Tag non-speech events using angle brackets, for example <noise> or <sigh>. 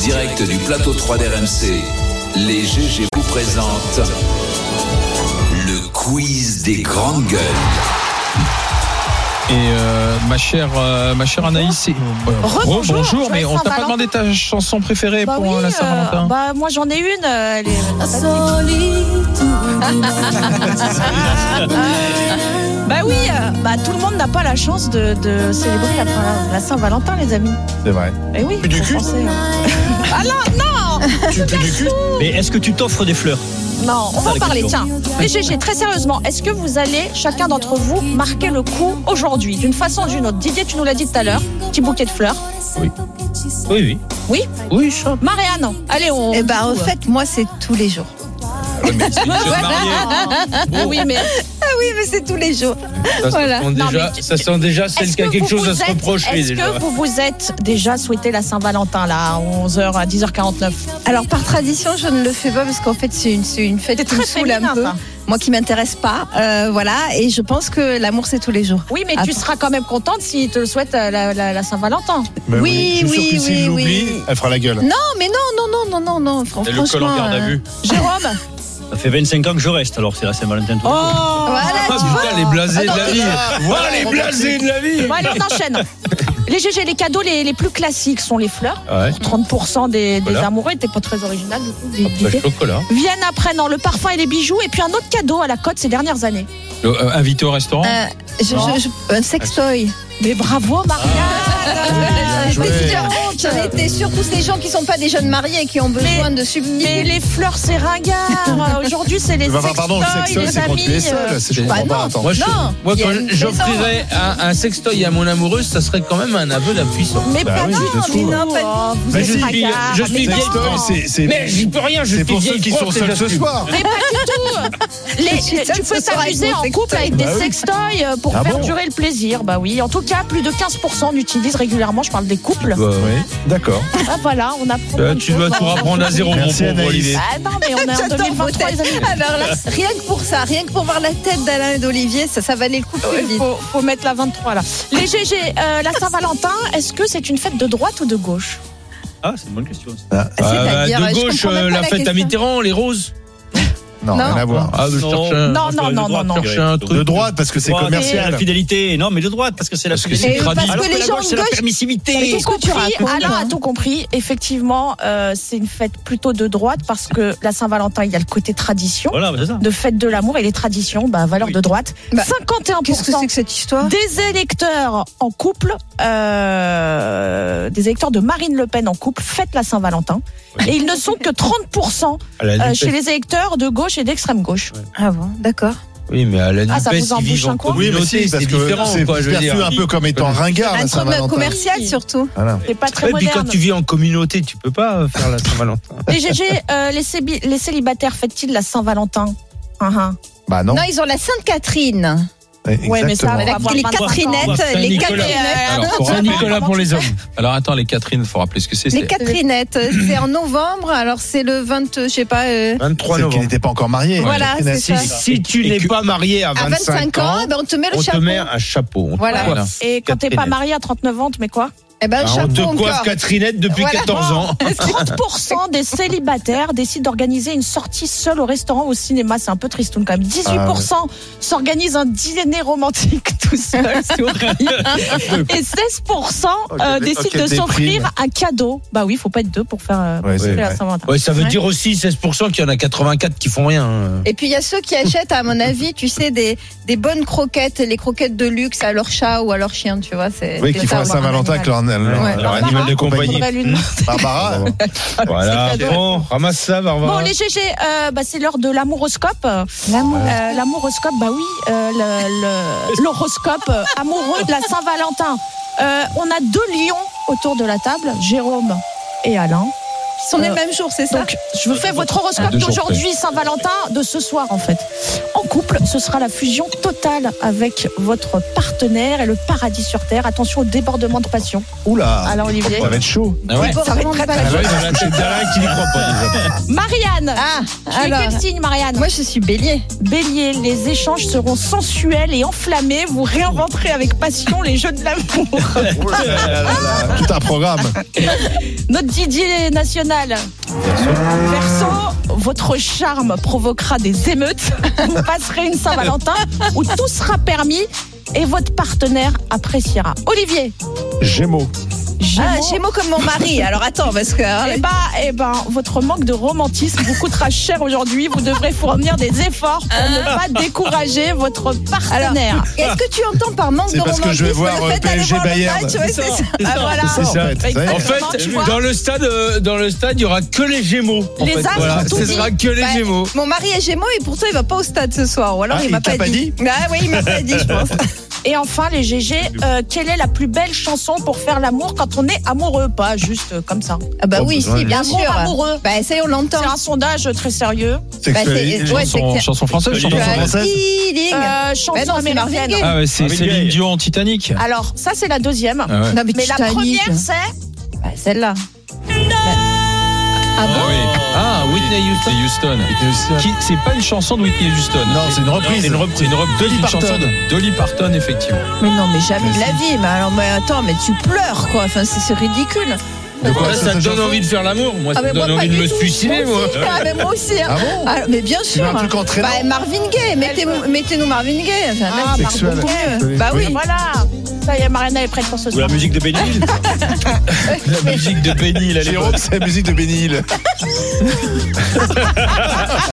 direct du plateau 3 d'RMC, les GG vous présentent le quiz des grandes gueules. Et euh, ma chère, euh, ma chère Anaïs, c'est- Rebonjour, bonjour, mais on t'a pas Saint-Valentin. demandé ta chanson préférée Bah pour oui, euh, la euh, Saint-Valentin. bah moi j'en ai une. euh, elle est- <laughs> Bah oui, euh, bah tout le monde n'a pas la chance de, de célébrer la, la Saint-Valentin, les amis. C'est vrai. Et oui. Mais du faut cul penser, hein. Tu pues du cul Mais est-ce que tu t'offres des fleurs Non, on Ça, va en la parler. question. Tiens, les GG, très sérieusement, est-ce que vous allez chacun d'entre vous marquer le coup aujourd'hui, d'une façon ou d'une autre Didier, tu nous l'as dit tout à l'heure, petit bouquet de fleurs. Oui, oui. Oui, ça. Marianne, allez on. Eh ben, en fait, moi, c'est tous les jours. Ah C'est une jeune mariée. Ah oui, <laughs> mais Oui, mais c'est tous les jours. Ça, Voilà. sent Non, déjà, mais- ça sent déjà celle Est-ce qui a que quelque vous chose à vous se êtes- reprocher Est-ce déjà. que vous vous êtes déjà souhaité la Saint-Valentin là à 11h à 10h49 Alors, par tradition, je ne le fais pas parce qu'en fait, c'est une, c'est une C'est fête qui très me saoule féminin, un peu. ça. Moi qui m'intéresse pas. euh, voilà. Et je pense que l'amour, c'est tous les jours. Oui, mais tu Attends. seras quand même contente s'il te le souhaite euh, la, la- la Saint-Valentin. Mais Oui, je suis oui, sûr que si oui, je l'oublie, oui. elle fera la gueule. Non, Oh, mais non, non, non, non, non, non. fran- Et Franchement. le col en garde à euh, vue. Jérôme. Ça fait 25 ans que je reste, alors c'est la Saint-Valentin. tous les jours. voilà, Ah tu vois. putain, les blasés de la Oh, Attends, vie Voilà les blasés de la vie Bon, allez, on enchaîne. Les GG, les cadeaux les, les plus classiques sont les fleurs. Ouais, 30% des, des Voilà. amoureux n'étaient pas très original du coup. Ah, des- bah, des- chocolat. Viennent après, non, le parfum et les bijoux. Et puis un autre cadeau à la cote ces dernières années. Le, euh, invité au restaurant. Euh, je- je- je- un sextoy. Mais bravo, Marianne joué. Mais c'est honte. J'en étais sûre, tous les gens qui sont pas des jeunes mariés et qui ont besoin de Mais substituer. les fleurs, c'est ringard. Aujourd'hui, c'est les Bah, bah, pardon, le sextoys, sextoy, les c'est contre amis. les seuls. euh, c'est- Je Bah comprends pas. non. Attends. Moi, je- Non, moi, il y a quand une j'offrirais un, un sextoy à mon amoureuse, ça serait quand même un aveu d'impuissance. Mais Bah pas oui, non, je mais trouve. non, pas- vous Bah, êtes je suis- ringard. je suis Ah, Mais vieille non. Sextoy, c'est- Mais c'est j'y peux rien, je c'est suis pour ceux vieille qui sont prof, seuls déjà, ce tu- soir. Mais pas du tout Les- suis les- seule Tu ce peux soir avec t'amuser mon en couple sextoy. avec des Bah oui. sextoys euh, pour Ah faire bon durer le plaisir. Bah oui, en tout cas, plus de 15% l'utilisent régulièrement. Je parle des couples. Bah, D'accord. Ah voilà, on apprend. Euh, plein de tu choses. dois tout reprendre à zéro, mon Merci, pauvre Anaïs. Olivier. Ah non, mais on est en J'adore 2023, vos les amis. Alors là, rien que pour ça, rien que pour voir la tête d'Alain et d'Olivier, ça, ça valait le coup de plus Il vite. faut, faut mettre la 23 là. Les GG, euh, la Saint-Valentin, est-ce que c'est une fête de droite ou de gauche Ah, c'est une bonne question. ça. Ah, bah, C'est-à-dire, de je gauche, comprends même euh, pas la la fête à question. Mitterrand, les roses. Non, Non. rien à voir. Ah, je cherche un- Non, Moi, je non, parlais de non, droite, non, je non. dirais. Chercher un De truc. De droite, parce que c'est droite, commercial. La fidélité. Non, mais de droite, parce que c'est la Parce que c'est fidélité. Et parce que Alors les la gens gauche, c'est la de gauche- permissivité. tout compris, racontes, Alain a hein. tout compris. Effectivement, euh, c'est une fête plutôt de droite parce que la Saint-Valentin, il y a le côté tradition. Voilà, bah, c'est ça. de fête de l'amour et les traditions, bah, valeur Oui. de droite. Bah, Qu'est-ce que 51% c'est que cette histoire des électeurs en couple, euh, des électeurs de Marine Le Pen en couple, fêtent la Saint-Valentin. Et ils ne sont que 30% À la euh, Nupes. chez les électeurs de gauche et d'extrême gauche. Ah bon, d'accord. Oui, mais à la Ah, ça Nupes, vous ils embouche vivent un en coin Oui, mais communauté, si, parce c'est que différent, c'est quoi, je veux perçu dire. un peu comme étant bah, ringard, Un la truc Saint-Valentin. commercial surtout. Voilà. C'est pas très Et puis quand moderne. tu vis en communauté, tu peux pas euh, faire la Saint-Valentin. Les GG, euh, les, cébi- les célibataires fêtent-ils la Saint-Valentin Hein, hein. Bah non. Non, ils ont la Sainte Catherine. Ouais, mais ça, Exactement. on va avoir les 23 ans. Catherinettes, Saint les Nicolas. Catherinettes. Alors, faut Saint rappeler- Nicolas pour les hommes. Alors attends, les Catherine, faut rappeler ce que c'est. Les c'est- Catherinettes, c'est en novembre, alors c'est le 20, je sais pas. euh, 23 Celle qui novembre. n'était pas encore mariée. Voilà, c'est Si, ça. si tu n'es pas marié à À 25, 25 ans, eh ben, on te met le on te chapeau. met un chapeau. On te- Voilà. Voilà. Et quand t'es pas marié à 39 ans, tu mets quoi Eh ben, le Ah, on chapeau te coiffe encore. Catherinette depuis Voilà. 14 ans. 30% des célibataires décident d'organiser une sortie seule au restaurant ou au cinéma. C'est un peu tristoun Ah quand même. 18% s'organisent un dîner romantique <laughs> tout seul. <laughs> c'est horrible. Et 16% euh, Ok, Oh, dé- décident ok, de déprime. s'offrir un cadeau. Bah oui, faut pas être deux pour faire euh, Ouais, c'est s'offrir vrai. à Saint-Valentin. Ouais, ça veut Ouais. dire aussi 16% qu'il y en a 84 qui font rien. hein. Et puis il y a ceux qui achètent, à mon avis, tu sais, des, des bonnes croquettes, les croquettes de luxe à leur chat ou à leur chien, tu vois. C'est Oui, c'est qui ça, font la avoir un Saint-Valentin avec animal. leur, leur- Ouais. leur Barbara, animal de compagnie. faudrait lui <laughs> demander. Ah. Barbara, <laughs> Voilà, C'est cadeau. bon, ramasse ça, Bon, Barbara. les GG, euh, bah, c'est l'heure de l'amouroscope. Euh, L'amouroscope, bah oui, euh, le- le- l'horoscope euh, amoureux de la Saint-Valentin. Euh, on a deux lions autour de la table, Jérôme et Alain, Ils sont les mêmes jours, c'est ça Donc, je vous fais votre horoscope Deux jours d'aujourd'hui, Saint-Valentin, de ce soir en fait. En couple, ce sera la fusion totale avec votre partenaire et le paradis sur terre. Attention au débordement de passion. Oula. Alors, Olivier. Ça va être chaud. Ah ouais. Ça va être très Ah très ouais, dans la tête d'Alain qui n'y croit pas. déjà. Marianne Ah, Tu es alors. quel signe, Marianne Moi, je suis bélier. Bélier, les échanges seront sensuels et enflammés. Vous réinventerez avec passion les jeux de l'amour. <laughs> Oh là là là là là. Tout un programme. Notre Didier national. Verso, votre charme provoquera des émeutes. <laughs> Vous passerez une Saint-Valentin où tout sera permis et votre partenaire appréciera. Olivier, Gémeaux. Ah, Gémeaux, Gémeaux comme mon <laughs> mari. Alors attends, parce que. hein, eh ben, eh ben, votre manque de romantisme vous coûtera cher aujourd'hui. Vous devrez fournir des efforts pour ne pas décourager votre partenaire. Est-ce que tu entends par manque C'est de parce romantisme que je vais voir, le euh, fait d'aller PSG voir le Bayern. match, ouais, c'est ça. Ah, voilà. C'est ça. fait. ça y est. En fait, Comment tu vois dans le stade, euh, dans le stade, il y aura que les Gémeaux. en Les fait, astres voilà. ont tout Ce dit. sera que les Ouais. Gémeaux. Mon mari est Gémeaux et pourtant il va pas au stade ce soir. Ou alors Ah, il il m'a t'a pas, pas dit. Ah oui, il m'a pas dit, je <laughs> pense. Et enfin, les GG, euh, quelle est la plus belle chanson pour faire l'amour quand on est amoureux Pas juste euh, comme ça. Ah bah Oh, oui, besoin si, de- bien L'amour sûr. amoureux. Bah ça y est, on l'entend. C'est un sondage très sérieux. Sexualité. Ouais, c'est Chanson, clair. chanson française, Chanson chanson Tu as française. française feeling. Euh, Bah chanson non, c'est Marvin américaine. Gaye. Ah ouais, c'est Marvin Céline Gaye. Dion en Titanic. Alors, ça, c'est la deuxième. Ah ouais. Non, mais, Mais tu la t'as nique. première, c'est. Bah, celle-là. Ah, oui. Ah, Whitney Houston. Qui, c'est pas une chanson de Whitney Houston. Non, c'est une reprise. C'est une reprise. C'est une reprise Dolly d'une Parton. chanson de Dolly Parton, effectivement. Mais non, mais jamais Mais de la vie. Mais alors, mais attends, mais tu pleures quoi. Enfin, c'est c'est ridicule. De quoi Là, ça cette me donne chanson envie de faire l'amour. Moi, ça me donne envie de me suicider, moi. Ah, mais moi aussi. hein. Ah bon Ah, mais bien sûr. un truc entraînant. Bah, Marvin Gaye, mettez-nous mettez-nous Marvin Gaye. Enfin, Ah, même Marvin Sexuel. Gaye. Bah oui. Voilà. Ça y est, Mariana est prête pour ce Ou la soir. musique de Benny Hill. La musique de Benny, il Jérôme, c'est la musique de Bénil.